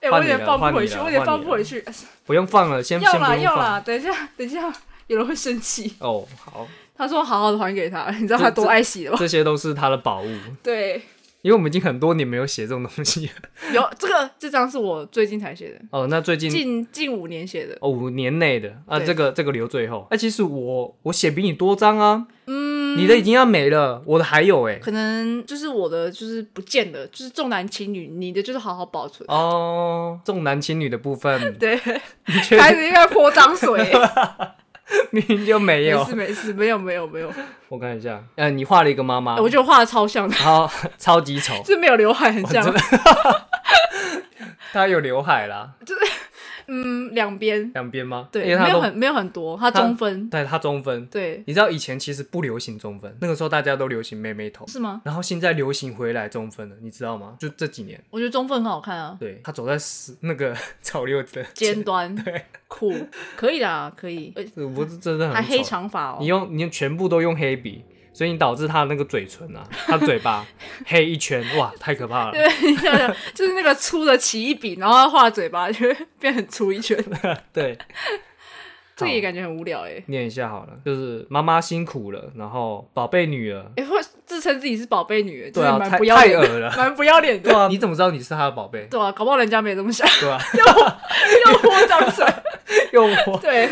Speaker 2: 哎、我
Speaker 1: 换
Speaker 2: 有
Speaker 1: 你了
Speaker 2: 点放不回
Speaker 1: 换你
Speaker 2: 去，
Speaker 1: 了
Speaker 2: 我有点放
Speaker 1: 换你
Speaker 2: 不
Speaker 1: 了
Speaker 2: 回去。
Speaker 1: 不用放了，先先
Speaker 2: 要
Speaker 1: 不
Speaker 2: 啦
Speaker 1: 用
Speaker 2: 要
Speaker 1: 放。
Speaker 2: 啦，等一下 等一下，有人会生气。
Speaker 1: 哦，好，
Speaker 2: 他说好好的还给他，你知道他
Speaker 1: 这
Speaker 2: 多爱惜了吧？
Speaker 1: 这些都是他的宝物，
Speaker 2: 对，
Speaker 1: 因为我们已经很多年没有写这种东西了。
Speaker 2: 有这个这张是我最近才写的，
Speaker 1: 哦，那最近
Speaker 2: 近近五年写的。
Speaker 1: 哦，五年内的啊，
Speaker 2: 对
Speaker 1: 这个这个留最后。哎、其实我我写比你多张啊，嗯，你的已经要没了，我的还有哎、
Speaker 2: 可能就是我的，就是不见了，就是重男轻女，你的就是好好保存。，
Speaker 1: 哦，重男轻女的部分
Speaker 2: 对，
Speaker 1: 你确
Speaker 2: 开
Speaker 1: 定
Speaker 2: 始应该泼脏水。
Speaker 1: 明明就没
Speaker 2: 没
Speaker 1: 有
Speaker 2: 事？没事，没有没有没有，
Speaker 1: 我看一下，嗯、你画了一个妈妈，
Speaker 2: 哎我觉得我画的超像的，
Speaker 1: 然后 超级丑，
Speaker 2: 就是没有刘海很像
Speaker 1: 真，的， 她有刘海啦，
Speaker 2: 嗯，两边
Speaker 1: 两边吗？因
Speaker 2: 对，
Speaker 1: 为她
Speaker 2: 没有
Speaker 1: 都
Speaker 2: 很没有很多，它中分，
Speaker 1: 对她中分。
Speaker 2: 对，
Speaker 1: 你知道以前其实不流行中分，那个时候大家都流行妹妹头，
Speaker 2: 是吗？
Speaker 1: 然后现在流行回来中分了，你知道吗？就这几年。
Speaker 2: 我觉得中分很好看啊，
Speaker 1: 对他走在时那个 潮流的
Speaker 2: 尖 端，酷，可以啦，可以，呃
Speaker 1: 这我是真的很
Speaker 2: 还黑
Speaker 1: 丑
Speaker 2: 长发
Speaker 1: 你
Speaker 2: 哦，
Speaker 1: 用你用全部都用黑笔，所以你导致他那个嘴唇啊，他嘴巴 黑一圈，哇，太可怕了。
Speaker 2: 就是那个粗的起一笔，然后它画嘴巴就 会变很粗一圈，
Speaker 1: 对，
Speaker 2: 这个也
Speaker 1: 好
Speaker 2: 感觉很无聊哎。
Speaker 1: 念一下好了，就是妈妈辛苦了，然后宝贝女儿，
Speaker 2: 哎，会自称自己是宝贝女，真
Speaker 1: 对啊，
Speaker 2: 的蛮
Speaker 1: 太
Speaker 2: 不要
Speaker 1: 太
Speaker 2: 脸的，
Speaker 1: 恶了。
Speaker 2: 蛮不要脸
Speaker 1: 对
Speaker 2: 的。
Speaker 1: 啊，你怎么知道你是她的宝贝？
Speaker 2: 对啊，搞不好人家没这么想，
Speaker 1: 对啊吧？
Speaker 2: 又泼脏水。
Speaker 1: 用我
Speaker 2: 对，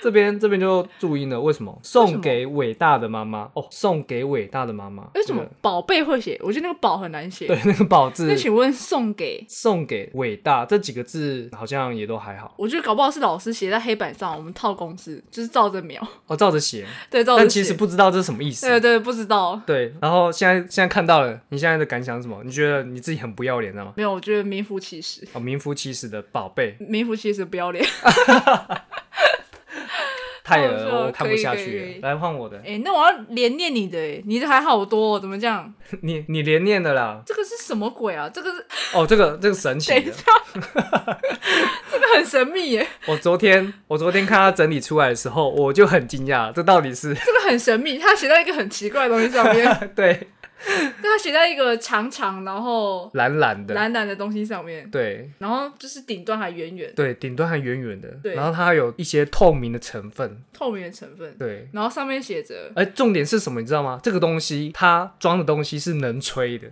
Speaker 1: 这边这边就注音了，为什么？送
Speaker 2: 么
Speaker 1: 给伟大的妈妈哦，送给伟大的妈妈。
Speaker 2: 为什么宝贝会写？我觉得那个宝很难写。
Speaker 1: 这个？对，那个宝字
Speaker 2: 那请问送给？
Speaker 1: 送给伟大这几个字好像也都还好，
Speaker 2: 我觉得搞不好是老师写在黑板上，我们套公式就是照着描，
Speaker 1: 哦，照着写，
Speaker 2: 对，照着
Speaker 1: 但
Speaker 2: 写
Speaker 1: 其实不知道这是什么意思。
Speaker 2: 对啊对，不知道，
Speaker 1: 对，然后现在现在看到了，你现在的感想是什么？你觉得你自己很不要脸，知道吗？
Speaker 2: 没有，我觉得名副其实，
Speaker 1: 哦，名副其实的宝贝，
Speaker 2: 名副其实不要脸，
Speaker 1: 太恶
Speaker 2: 好笑
Speaker 1: 了，我看
Speaker 2: 可
Speaker 1: 不
Speaker 2: 以
Speaker 1: 下
Speaker 2: 可以可
Speaker 1: 去
Speaker 2: 以
Speaker 1: 了。来换我的，
Speaker 2: 哎、那我要连念你的、哎，你的还好多、哦，怎么讲？
Speaker 1: 你你连念的啦。
Speaker 2: 这个是什么鬼啊？这个是
Speaker 1: 哦，这个这个神奇
Speaker 2: 等一
Speaker 1: 的
Speaker 2: 下，，这个很神秘耶，
Speaker 1: 我昨天我昨天看他整理出来的时候，我就很惊讶，这到底是
Speaker 2: 这个很神秘，他写在一个很奇怪的东西上面，
Speaker 1: 对
Speaker 2: 他写在一个长长然后
Speaker 1: 蓝蓝的，
Speaker 2: 蓝蓝的东西上面，
Speaker 1: 对
Speaker 2: 然后就是顶端还圆圆
Speaker 1: 对，顶端还圆圆的，
Speaker 2: 对
Speaker 1: 然后它有一些透明的成分，
Speaker 2: 透明的成分，
Speaker 1: 对。
Speaker 2: 然后上面写着
Speaker 1: 而重点是什么，你知道吗？这个东西它装的东西是能吹的，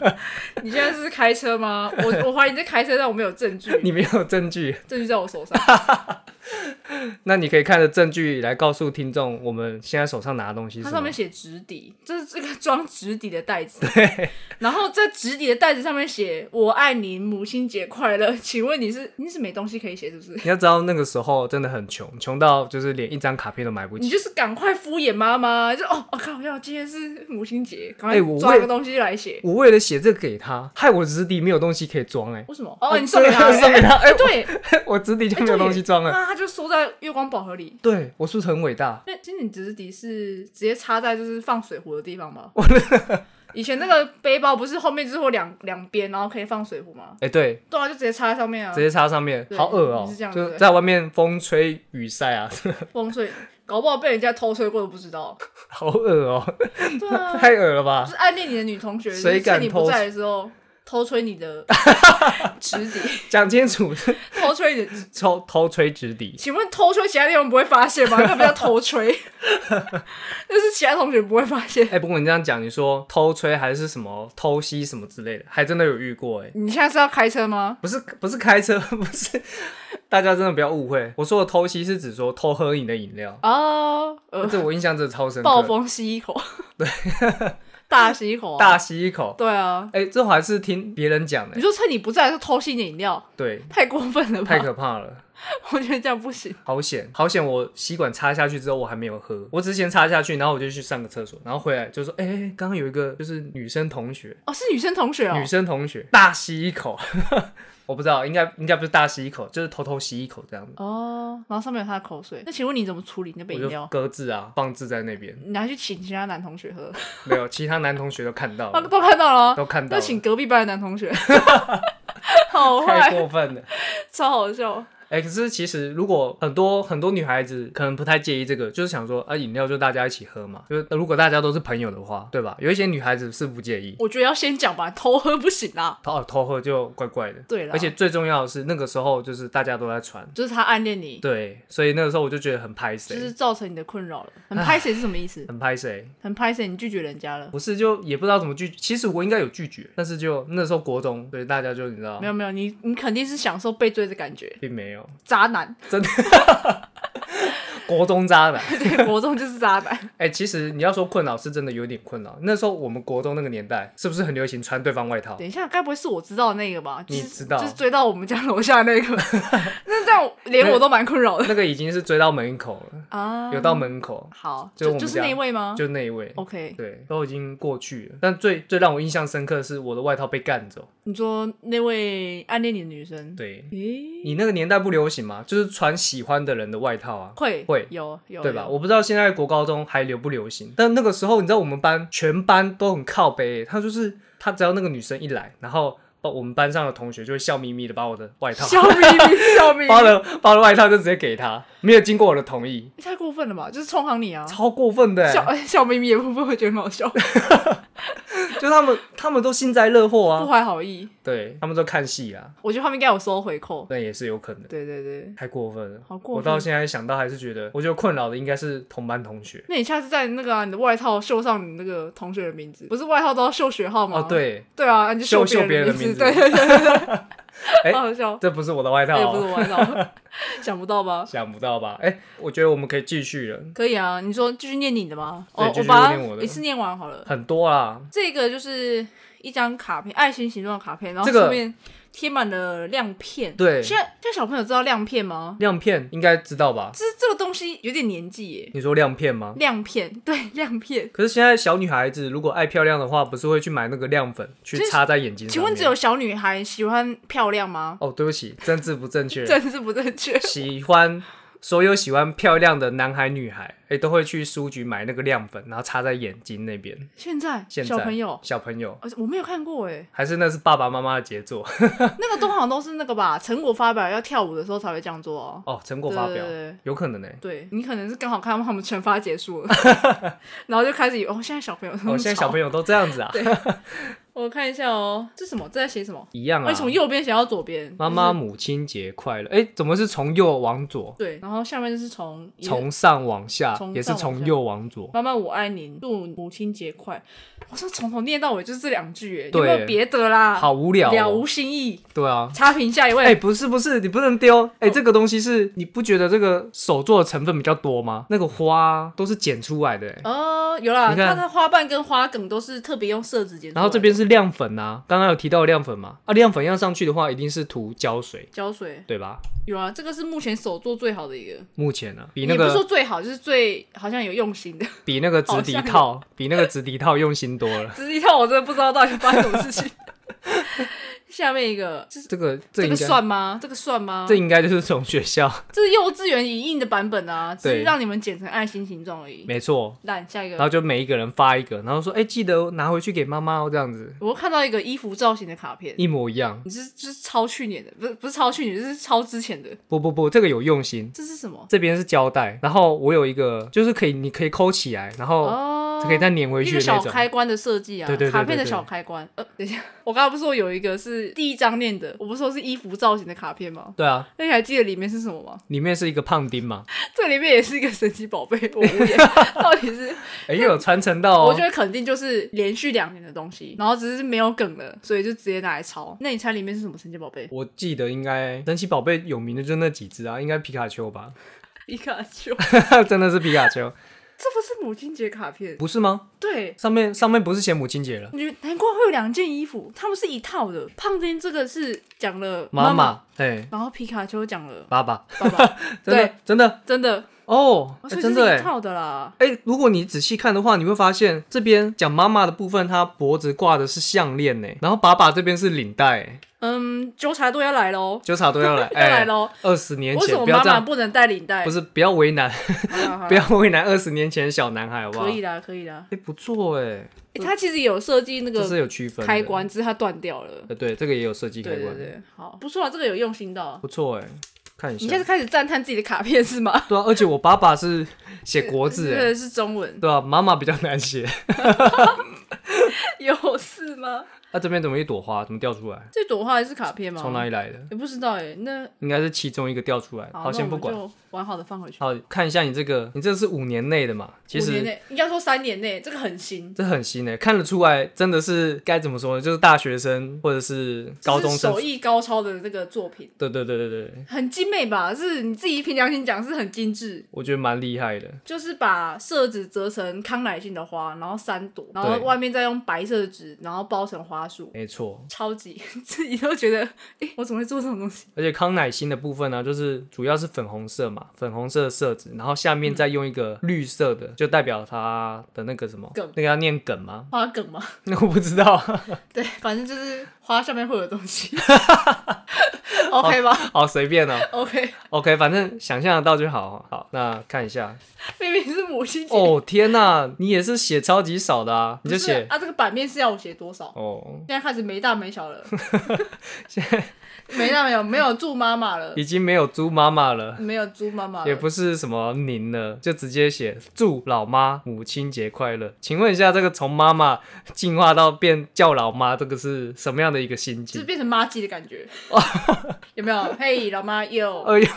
Speaker 2: 你现在是开车吗？我我怀疑你在开车，但我没有证据，
Speaker 1: 你没有证据，
Speaker 2: 证据在我手上。
Speaker 1: 那你可以看着证据来告诉听众，我们现在手上拿的东西是
Speaker 2: 它
Speaker 1: 什
Speaker 2: 上
Speaker 1: 么
Speaker 2: 面。写直底，这是这个装直底的袋子。 然后在直底的袋子上面写“我爱你，母亲节快乐”。请问你是你是没东西可以写是不是？
Speaker 1: 你要知道那个时候真的很穷，穷到就是连一张卡片都买不
Speaker 2: 你
Speaker 1: 起。
Speaker 2: 就是赶快敷衍妈妈，就哦，我、靠，要今天是母亲节，赶快
Speaker 1: 哎我
Speaker 2: 抓
Speaker 1: 为
Speaker 2: 个东西来写。
Speaker 1: 我为了写这个给他，害我侄弟没有东西可以装哎、
Speaker 2: 为什么？哦，你
Speaker 1: 送
Speaker 2: 送给他哎
Speaker 1: 送
Speaker 2: 了。
Speaker 1: 给 他，哎、
Speaker 2: 对，
Speaker 1: 我侄弟就没有东西装了。
Speaker 2: 那他就收在月光宝盒里。
Speaker 1: 对我是不是很伟大？
Speaker 2: 那其实你直底是直接插在就是放水壶的 地方吧？以前那个背包不是后面就是会有两两边，然后可以放水壶吗？
Speaker 1: 哎、对，
Speaker 2: 对啊，就直接插在上面啊
Speaker 1: 直。接插上面，
Speaker 2: 对
Speaker 1: 好恶哦、
Speaker 2: 是这样
Speaker 1: 就
Speaker 2: 对
Speaker 1: 在外面风吹雨晒啊，
Speaker 2: 风吹，搞不好被人家偷吹过都不知道。
Speaker 1: 好恶哦、
Speaker 2: 对啊，
Speaker 1: 太恶了
Speaker 2: 就
Speaker 1: 吧？
Speaker 2: 是暗恋你的女同学，
Speaker 1: 谁
Speaker 2: 就是趁
Speaker 1: 敢
Speaker 2: 你
Speaker 1: 偷
Speaker 2: 不在的时候偷吹 你的直笛，
Speaker 1: 讲清楚，
Speaker 2: 偷吹你的直。
Speaker 1: 偷偷吹直笛，
Speaker 2: 请问偷吹其他地方不会发现吗？那不叫偷 吹，那是其他同学不会发现。
Speaker 1: 哎、不过你这样讲，你说偷吹还是什么偷吸什么之类的，还真的有遇过哎、
Speaker 2: 你现在是要开车吗？
Speaker 1: 不是不是开车， 不是，大家真的不要误会，我说的偷吸是指说偷喝你的饮料，
Speaker 2: 哦，呃，
Speaker 1: 这我印象真的超深刻，
Speaker 2: 暴风吸一口，对， 大吸一口、啊，
Speaker 1: 大吸一口，
Speaker 2: 对啊。
Speaker 1: 哎、这我还是听别人讲的、
Speaker 2: 你说趁你不在就偷吸你的饮料，
Speaker 1: 对，
Speaker 2: 太过分了吧
Speaker 1: 太？可怕了。
Speaker 2: 我觉得这样不行。
Speaker 1: 好险，好险！我吸管插下去之后，我还没有喝，我只是先插下去，然后我就去上个厕所，然后回来就说：“哎、欸，刚刚有一个就是女生同学，
Speaker 2: 哦，是女生同学哦，
Speaker 1: 女生同学大吸一口， 我不知道，应该应该不是大吸一口，就是偷偷吸一口这样子。”
Speaker 2: 哦，然后上面有他的口水。那请问你怎么处理那杯
Speaker 1: 我
Speaker 2: 饮
Speaker 1: 就
Speaker 2: 料？
Speaker 1: 搁置啊，放置在那边，
Speaker 2: 你拿去请其他男同学喝，
Speaker 1: 没有，其他男同学都看到
Speaker 2: 他
Speaker 1: 了，
Speaker 2: 都看到了啊，
Speaker 1: 哦都看到
Speaker 2: 那
Speaker 1: 了，
Speaker 2: 请隔壁班的男 同学， 好
Speaker 1: 太
Speaker 2: 坏，
Speaker 1: 过分了。
Speaker 2: 超好笑。
Speaker 1: 哎、可是其实如果很多很多女孩子可能不太介意这个，就是想说啊，饮料就大家一起喝嘛，就是如果大家都是朋友的话，对吧？有一些女孩子是不介意，
Speaker 2: 我觉得要先讲吧，偷喝不行啦。
Speaker 1: 偷哦偷喝就怪怪的。
Speaker 2: 对啦，
Speaker 1: 而且最重要的是，那个时候就是大家都在传，
Speaker 2: 就是他暗恋你，
Speaker 1: 对，所以那个时候我就觉得很拍
Speaker 2: 就是
Speaker 1: 谁，
Speaker 2: 造成你的困扰了。很拍谁是什么意思？
Speaker 1: 很拍谁，
Speaker 2: 很拍谁？你拒绝人家了？
Speaker 1: 不是就也不知道怎么拒，其实我应该有拒绝，但是就那时候国中，所以大家就你知道
Speaker 2: 没，有没有，你你肯定是享受被追的感觉，
Speaker 1: 并没有
Speaker 2: 渣 男，
Speaker 1: 国中渣男。
Speaker 2: 对，国中就是渣男。
Speaker 1: 哎、其实你要说困扰是真的有点困扰，那时候我们国中那个年代是不是很流行穿对方外套？
Speaker 2: 等一下，该不会是我知道的那个吧？就是
Speaker 1: 你知道
Speaker 2: 就是追到我们家楼下那 个，那这样连我都蛮困扰的
Speaker 1: 那个已经是追到门口了，
Speaker 2: 啊。
Speaker 1: 有到门口，
Speaker 2: 好，
Speaker 1: 就我
Speaker 2: 就
Speaker 1: 们
Speaker 2: 就是
Speaker 1: 家
Speaker 2: 那一位吗？
Speaker 1: 就那一位。
Speaker 2: OK，
Speaker 1: 对，都已经过去了。但最最让我印象深刻的是我的外套被干走。
Speaker 2: 你说那位暗恋你的女生，
Speaker 1: 对，
Speaker 2: 诶，
Speaker 1: 你那个年代不流行吗？就是穿喜欢的人的外套啊，
Speaker 2: 会
Speaker 1: 会
Speaker 2: 有有
Speaker 1: 对吧？
Speaker 2: 有
Speaker 1: 我不知道现在国高中还流不流行，但那个时候你知道我们班全班都很靠背欸，他就是他只要那个女生一来，然后把我们班上的同学就会笑眯眯的把我的外套，
Speaker 2: 笑眯眯，笑眯
Speaker 1: 把我
Speaker 2: 眯，
Speaker 1: 的把我的外套就直接给他，没有经过我的同意，
Speaker 2: 太过分了吧？就是冲行你啊，
Speaker 1: 超过分的欸，
Speaker 2: 笑哎笑眯眯的部分，我觉得蛮好笑，
Speaker 1: 就他们他们都幸灾乐祸
Speaker 2: 不
Speaker 1: 啊，
Speaker 2: 怀好意。
Speaker 1: 对他们都看戏啊，
Speaker 2: 我觉得他们应该有收回扣。
Speaker 1: 那也是有可能。
Speaker 2: 对对对，
Speaker 1: 太过分了，
Speaker 2: 好过
Speaker 1: 我到
Speaker 2: 分
Speaker 1: 现在想到还是觉得，我觉得困扰的应该是同班同学。
Speaker 2: 那你下次在那个啊、你的外套绣上你那个同学的名字，不是外套都要绣学号吗？
Speaker 1: 哦，对，
Speaker 2: 对啊，你就
Speaker 1: 绣
Speaker 2: 别
Speaker 1: 别人的
Speaker 2: 名
Speaker 1: 名字，
Speaker 2: 对对对对
Speaker 1: 哎
Speaker 2: 好好笑，
Speaker 1: 这不是我的外套
Speaker 2: 那也
Speaker 1: 哦、
Speaker 2: 不是我外套， 想不到吧？
Speaker 1: 想不到吧？哎、我觉得我们可以继续了，
Speaker 2: 可以啊，你说继续念你的吗？哦
Speaker 1: 对
Speaker 2: 我
Speaker 1: 继续
Speaker 2: 把
Speaker 1: 念我
Speaker 2: 它
Speaker 1: 的
Speaker 2: 一次念完好了。
Speaker 1: 很多啊啦。
Speaker 2: 这个就是一张卡片，爱心形状的卡片，然后
Speaker 1: 这个
Speaker 2: 上面贴满了亮片。
Speaker 1: 对，
Speaker 2: 现在现在小朋友知道亮片吗？
Speaker 1: 亮片应该知道吧？
Speaker 2: 这这个东西有点年纪耶。
Speaker 1: 你说亮片吗？
Speaker 2: 亮片，对亮片。
Speaker 1: 可是现在小女孩子如果爱漂亮的话，不是会去买那个亮粉去
Speaker 2: 其实
Speaker 1: 擦在眼睛上面？
Speaker 2: 请问只有小女孩喜欢漂亮吗？
Speaker 1: 哦，对不起，政治不正确，
Speaker 2: 真是不正确。
Speaker 1: 喜欢所有喜欢漂亮的男孩女孩，哎、都会去书局买那个亮粉，然后擦在眼睛那边。
Speaker 2: 现在
Speaker 1: 现在
Speaker 2: 小朋友，
Speaker 1: 小朋友
Speaker 2: 而且我没有看过哎、
Speaker 1: 还是那是爸爸妈妈的杰作
Speaker 2: 那个都好像都是那个吧，成果发表要跳舞的时候才会这样做哦。
Speaker 1: 哦，成果发表
Speaker 2: 对对对
Speaker 1: 有可能呢、欸
Speaker 2: 对你可能是刚好看到他们惩罚结束了， 然后就开始以为哦，现在小朋友
Speaker 1: 哦，现在小朋
Speaker 2: 友，
Speaker 1: 友都这样子啊，
Speaker 2: 我看一下哦，这什么？这在写什么？
Speaker 1: 一样啊
Speaker 2: 哎，。从右边写到左边，
Speaker 1: 妈妈母亲节快乐！哎、怎么是从右往左？
Speaker 2: 对，然后下面就是从
Speaker 1: 从上往下，
Speaker 2: 从上
Speaker 1: 也是
Speaker 2: 往
Speaker 1: 从
Speaker 2: 下
Speaker 1: 右往左。
Speaker 2: 妈妈我爱您，祝母亲节快。我说从头念到尾就是这两句，哎，有
Speaker 1: 对
Speaker 2: 没有别的啦？
Speaker 1: 好无聊、
Speaker 2: 啊了
Speaker 1: 哦。
Speaker 2: 无新意。
Speaker 1: 对啊。
Speaker 2: 差评下一位，
Speaker 1: 哎、不是不是，你不能丢。哎、
Speaker 2: 哦
Speaker 1: 这个东西是你不觉得这个手做的成分比较多吗？那个花都是剪出来的、哎
Speaker 2: 哦，有啦，
Speaker 1: 你看
Speaker 2: 它的花瓣跟花梗都是特别用色纸剪出来的。
Speaker 1: 然后这边是亮粉啊，刚刚有提到亮粉嘛？啊，亮粉要上去的话，一定是涂胶水，
Speaker 2: 胶水
Speaker 1: 对吧？
Speaker 2: 有啊，这个是目前手做最好的一个，
Speaker 1: 目前呢、啊，比
Speaker 2: 也
Speaker 1: 那
Speaker 2: 不是说
Speaker 1: 个
Speaker 2: 最好，就是最好像有用心的。
Speaker 1: 比那个直
Speaker 2: 好
Speaker 1: 笛
Speaker 2: 像有
Speaker 1: 套， 比那个直笛套用心多了。
Speaker 2: 直一跳我真的不知道到底发生什么事情。下面一个，这是
Speaker 1: 这个这
Speaker 2: 这
Speaker 1: 应
Speaker 2: 个
Speaker 1: 该、
Speaker 2: 算吗？这个算吗？
Speaker 1: 这应该就是从学校，
Speaker 2: 这是幼稚园影印的版本啊，只是
Speaker 1: 对
Speaker 2: 让你们剪成爱心形状而已。
Speaker 1: 没错。
Speaker 2: 烂，下一
Speaker 1: 然后
Speaker 2: 个，
Speaker 1: 就每一个人发一个，然后说：“哎、记得拿回去给妈妈哦。”这样子
Speaker 2: 我看到一个衣服造型的卡片。
Speaker 1: 一模一样。
Speaker 2: 你这是这是超去年的，不是不是超去年，这是超之前的。
Speaker 1: 不不不，这个有用心。
Speaker 2: 这是什么？
Speaker 1: 这边是胶带，然后我有一个就是可以，你可以抠起来，然后
Speaker 2: 哦，
Speaker 1: 可以再粘回
Speaker 2: 一
Speaker 1: 去
Speaker 2: 个
Speaker 1: 的那
Speaker 2: 小
Speaker 1: 种。
Speaker 2: 开关的设计啊，
Speaker 1: 对对对
Speaker 2: 卡片的
Speaker 1: 对对
Speaker 2: 小开关。呃，等一下，我刚刚不是说有一个是第一张念的，我不是说是衣服造型的卡片吗？
Speaker 1: 对啊，
Speaker 2: 那你还记得里面是什么吗？
Speaker 1: 里面是一个胖丁嘛，
Speaker 2: 这里面也是一个神奇宝贝，我无言。 到底是，
Speaker 1: 哎、又有传承到、哦。
Speaker 2: 我觉得肯定就是连续两年的东西，然后只是没有梗了，所以就直接拿来抄。那你猜里面是什么神奇宝贝？
Speaker 1: 我记得应该神奇宝贝有名的就那几只啊，应该皮卡丘吧？
Speaker 2: 皮卡丘，
Speaker 1: 真的是皮卡丘，
Speaker 2: 这不是母亲节卡片？
Speaker 1: 不是吗？
Speaker 2: 对。
Speaker 1: 上面上面不是写母亲节了，
Speaker 2: 你难怪会有两件衣服，他们是一套的。胖丁这个是讲了
Speaker 1: 妈
Speaker 2: 妈，
Speaker 1: 妈，哎，
Speaker 2: 然后皮卡丘讲了
Speaker 1: 爸 爸，
Speaker 2: 爸爸，
Speaker 1: 真
Speaker 2: 对
Speaker 1: 的真的
Speaker 2: 真的
Speaker 1: 哦，
Speaker 2: 哦
Speaker 1: 哎
Speaker 2: 所以这
Speaker 1: 真的
Speaker 2: 是一
Speaker 1: 哎。
Speaker 2: 套的啦。
Speaker 1: 哎、如果你仔细看的话，你会发现这边讲妈妈的部分，她脖子挂的是项链呢，然后爸爸这边是领带哎，
Speaker 2: 嗯，纠察队要来喽，
Speaker 1: 纠察队要 来，
Speaker 2: 要来
Speaker 1: 哎、
Speaker 2: 喽。
Speaker 1: 二十年
Speaker 2: 为什
Speaker 1: 前
Speaker 2: 么
Speaker 1: 不要
Speaker 2: 妈
Speaker 1: 这
Speaker 2: 妈
Speaker 1: 样，
Speaker 2: 不能带领带？
Speaker 1: 不是不要为难，
Speaker 2: 好啦，好啦
Speaker 1: 不要为难二十年前的小男孩，好不好？
Speaker 2: 可以
Speaker 1: 哎、
Speaker 2: 啦，可以啦。
Speaker 1: 不错哎，
Speaker 2: 欸它其实有设计那
Speaker 1: 这是
Speaker 2: 个
Speaker 1: 有区分的
Speaker 2: 开，关，只是它断掉了。
Speaker 1: 呃，对，这个也有设计开
Speaker 2: 对
Speaker 1: 关，
Speaker 2: 对对，好，不错啊，这个有用心到。
Speaker 1: 不错哎，看一
Speaker 2: 你
Speaker 1: 下
Speaker 2: 现在。开始赞叹自己的卡片是吗？
Speaker 1: 对啊，而且我爸爸是写国字哎，
Speaker 2: 对，是中文，
Speaker 1: 对啊，妈妈比较难写。
Speaker 2: 有事吗？
Speaker 1: 那、啊这边怎么一朵花怎么掉出来？
Speaker 2: 这朵花还是卡片吗？
Speaker 1: 从哪里来的？
Speaker 2: 也不知道哎。那
Speaker 1: 应该是其中一个掉出来。好，
Speaker 2: 那
Speaker 1: 先
Speaker 2: 我
Speaker 1: 不
Speaker 2: 们
Speaker 1: 管。
Speaker 2: 就完好的放回去。
Speaker 1: 好，看一下你这个，你这是五年内的嘛？其
Speaker 2: 五年
Speaker 1: 实
Speaker 2: 内应该说三年内，这个很新，
Speaker 1: 这很新诶，看得出来，真的是该怎么说呢？就是大学生或者是高中
Speaker 2: 就是
Speaker 1: 生
Speaker 2: 手。艺高超的这个作品。
Speaker 1: 对对对对对，
Speaker 2: 很精美吧？是你自己凭良心讲，是很精致。
Speaker 1: 我觉得蛮厉害的。
Speaker 2: 就是把色纸折成康乃馨的花，然后三朵，然后
Speaker 1: 对
Speaker 2: 外面再用白色的纸，然后包成花束，
Speaker 1: 没错，
Speaker 2: 超级 自己都觉得，诶，我怎么会做这种东西？
Speaker 1: 而且康乃馨的部分呢，就是主要是粉红色嘛，粉红色的色纸，然后下
Speaker 2: 嗯
Speaker 1: 面再用一个绿色的，就代表它的那个什么
Speaker 2: 梗
Speaker 1: 那个要念梗吗？
Speaker 2: 花梗吗？
Speaker 1: 那我不知道。
Speaker 2: 对，反正就是花上面会有东西，OK 吧
Speaker 1: 好随便哦、
Speaker 2: ？OK，
Speaker 1: OK，反正想象得到就好。哦好，那看一下。
Speaker 2: 明明是母亲节，
Speaker 1: 哦天哪、你也是写超级少的啊！
Speaker 2: 不
Speaker 1: 你
Speaker 2: 是
Speaker 1: 就写
Speaker 2: 啊，这个版面是要我写多少？
Speaker 1: 哦，
Speaker 2: 现在开始没大没小 了，没大没有，没有祝妈妈了，
Speaker 1: 已经没有猪妈妈了，
Speaker 2: 没有祝妈妈
Speaker 1: 也
Speaker 2: 了，
Speaker 1: 不是什么您了，就直接写祝老妈母亲节快乐。请问一下，这个从妈妈进化到变叫老妈，这个是什么样的一个心
Speaker 2: 就是
Speaker 1: 境？
Speaker 2: 变成妈鸡的感觉，
Speaker 1: 哦
Speaker 2: 有没有？嘿，老妈又。
Speaker 1: 哎呦，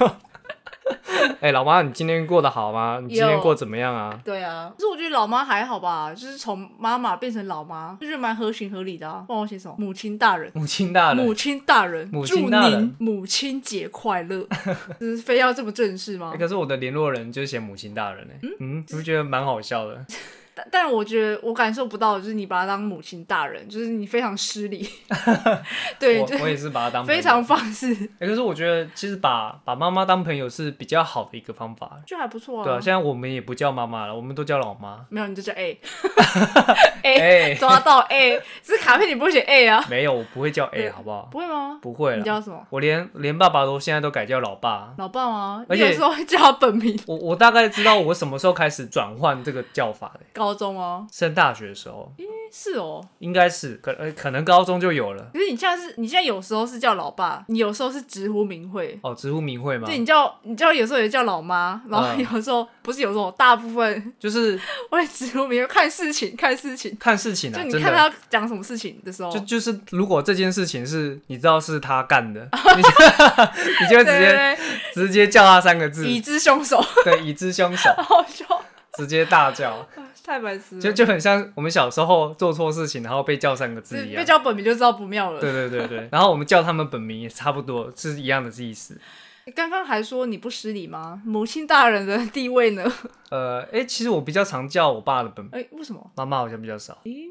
Speaker 1: 哎、老妈，你今天过得好吗？你今天
Speaker 2: 有
Speaker 1: 过怎么样啊？
Speaker 2: 对啊，可是我觉得老妈还好吧，就是从妈妈变成老妈，就觉得蛮合情合理的啊。帮我写什么？母亲大人，
Speaker 1: 母亲大人
Speaker 2: 母，亲大人，
Speaker 1: 母
Speaker 2: 祝
Speaker 1: 亲大人
Speaker 2: 您母亲节快乐。 就是非要这么正式吗
Speaker 1: 欸嗯哎？可是我的联络人就是写母亲大人哎、嗯，你不觉得蛮好笑的？
Speaker 2: 但但我觉得我感受不到，就是你把他当母亲大人，就是你非常 失礼，对，就
Speaker 1: 我我也是把他当朋友
Speaker 2: 非常放肆，
Speaker 1: 欸可是我觉得，其实把把妈妈当朋友是比较好的一个方法。
Speaker 2: 就还不错
Speaker 1: 对啊，现在我们也不叫妈妈了，我们都叫老妈。
Speaker 2: 没有，你就叫 A
Speaker 1: 哎、
Speaker 2: 抓到 A，只是卡片你不会写 A 啊？
Speaker 1: 没有，我不会叫 A，好不好？
Speaker 2: 不会吗？
Speaker 1: 不会
Speaker 2: 你
Speaker 1: 了，
Speaker 2: 叫什么？
Speaker 1: 我连连爸爸都现在都改叫老爸。
Speaker 2: 老爸吗？
Speaker 1: 而
Speaker 2: 你
Speaker 1: 且
Speaker 2: 有时候会叫他本名。
Speaker 1: 我我大概知道我什么时候开始转换这个叫法的，
Speaker 2: 高中吗？
Speaker 1: 上大学的时候，
Speaker 2: 诶是哦。
Speaker 1: 应该是可呃可能高中就有了。
Speaker 2: 可是你现在是，你现在有时候是叫老爸，你有时候是直呼名讳。
Speaker 1: 哦，直呼名讳嘛
Speaker 2: 对，你叫你叫有时候也叫老妈，然后
Speaker 1: 嗯
Speaker 2: 有时候、不是有时候，大部分
Speaker 1: 就是
Speaker 2: 我也直呼名讳，看事情看事情。
Speaker 1: 看事情啊，
Speaker 2: 就你
Speaker 1: 真
Speaker 2: 看
Speaker 1: 的。
Speaker 2: 他哦讲什么事情的时候，
Speaker 1: 就就是，如果这件事情是你知道是他干 的，你就你就会 直
Speaker 2: 对对
Speaker 1: 接
Speaker 2: 对，
Speaker 1: 直接叫他三个字，
Speaker 2: 已知凶手，
Speaker 1: 对，以知凶手，
Speaker 2: 好凶，
Speaker 1: 直接大叫，
Speaker 2: 太白痴了。
Speaker 1: 就就很像我们小时候做错事情，然后被叫三个字一
Speaker 2: 被
Speaker 1: 样。
Speaker 2: 叫本名就知道不妙了。
Speaker 1: 对对对对，然后我们叫他们本名也差不多是一样的意思。
Speaker 2: 你刚刚还说你不失礼吗？母亲大人的地位呢？
Speaker 1: 呃，哎、其实我比较常叫我爸的本名，
Speaker 2: 哎、为什么？
Speaker 1: 妈妈好像比较少。
Speaker 2: 咦，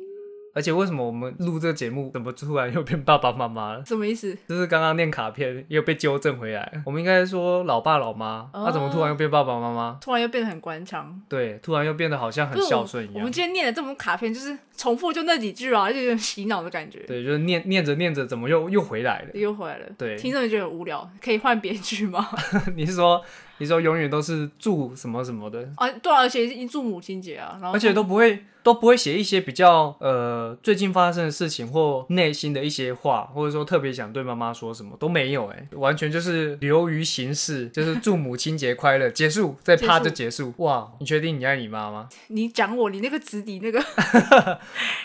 Speaker 1: 而且为什么我们录这个节目，怎么突然又变爸爸妈妈了？
Speaker 2: 什么意思？
Speaker 1: 就是刚刚念卡片又被纠正回来，我们应该说老爸老妈，那、
Speaker 2: 哦
Speaker 1: 怎么突然又变爸爸妈妈？
Speaker 2: 突然又变得很官腔。
Speaker 1: 对，突然又变得好像很
Speaker 2: 不是我
Speaker 1: 孝顺一
Speaker 2: 我们
Speaker 1: 样。
Speaker 2: 今天念的这么多卡片，就是重复就那几句啊，就有点洗脑的感觉。
Speaker 1: 对，就是念念着念着，怎么又又回来了？
Speaker 2: 又回来了，
Speaker 1: 对
Speaker 2: 听着就觉得很无聊，可以换别句吗？
Speaker 1: 你是说你说永远都是祝什么什么的，
Speaker 2: 啊，对啊，而且一祝母亲节啊，然后
Speaker 1: 而且都不会都不会写一些比较呃最近发生的事情或内心的一些话，或者说特别想对妈妈说什么都没有、欸，完全就是流于形式，就是祝母亲节快乐， 结束，再
Speaker 2: 结
Speaker 1: 啪
Speaker 2: 束
Speaker 1: 就结束。哇，你确定你爱你妈吗？
Speaker 2: 你讲我，你那个直抵 那个，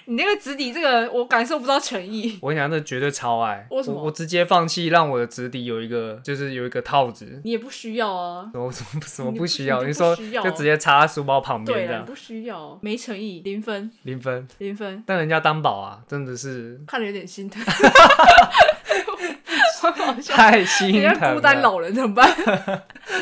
Speaker 2: 你那个直抵这个，我感受不到诚意。
Speaker 1: 我跟你讲，那绝对超爱。
Speaker 2: 为什么
Speaker 1: 我我直接放弃，让我的直敌有一个就是有一个套子。
Speaker 2: 你也不需要啊，
Speaker 1: 什么什么什么
Speaker 2: 你
Speaker 1: 不
Speaker 2: 不
Speaker 1: 需要？
Speaker 2: 你
Speaker 1: 你
Speaker 2: 就
Speaker 1: 说
Speaker 2: 不需要
Speaker 1: 就直接插在书包旁边
Speaker 2: 对
Speaker 1: 这
Speaker 2: 啊，你
Speaker 1: 样，
Speaker 2: 不需要，没诚意，零分，
Speaker 1: 零分。
Speaker 2: 零分，
Speaker 1: 但人家当宝啊，真的是
Speaker 2: 看了有点 心疼，好笑。
Speaker 1: 太心
Speaker 2: 人
Speaker 1: 疼
Speaker 2: 家
Speaker 1: 了，
Speaker 2: 孤单老人怎么办？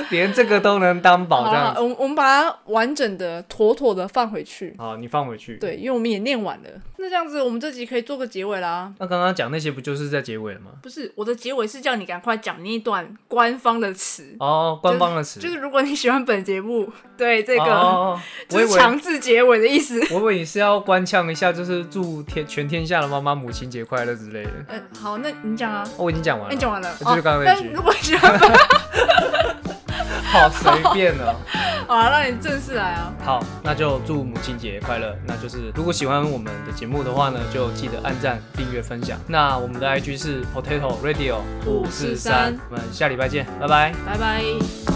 Speaker 1: 连这个都能当宝
Speaker 2: 好
Speaker 1: 这
Speaker 2: 啦
Speaker 1: 样子。
Speaker 2: 我们我们把它完整的、妥妥的放回去。
Speaker 1: 好，你放回去。，
Speaker 2: 对，因为我们也念完了。那这样子，我们这集可以做个结尾啦。
Speaker 1: 那刚刚讲那些不就是在结尾了 吗？
Speaker 2: 不是，我的结尾是叫你赶快讲那一段官方的词，
Speaker 1: 哦，官方的词
Speaker 2: 就是如果你喜欢本节目， 对这个、
Speaker 1: 哦，我
Speaker 2: 就
Speaker 1: 以
Speaker 2: 是
Speaker 1: 为
Speaker 2: 强制结尾的意思。
Speaker 1: 我以为你是要官腔一下，就是祝天全天下的妈妈母亲节快乐之类的。
Speaker 2: 嗯，好，那你讲啊，
Speaker 1: 哦我已经讲完
Speaker 2: 那
Speaker 1: 了，
Speaker 2: 你讲完了，
Speaker 1: 就是刚刚那
Speaker 2: 但
Speaker 1: 句
Speaker 2: 如果喜欢本，
Speaker 1: 好随便了。
Speaker 2: 好啊，让你正式来啊。
Speaker 1: 好，那就祝母亲节快乐。那就是如果喜欢我们的节目的话呢，就记得按赞、订阅、分享。那我们的 IG 是 Potato Radio
Speaker 2: 543
Speaker 1: 我们下礼拜见，拜拜。
Speaker 2: 拜拜。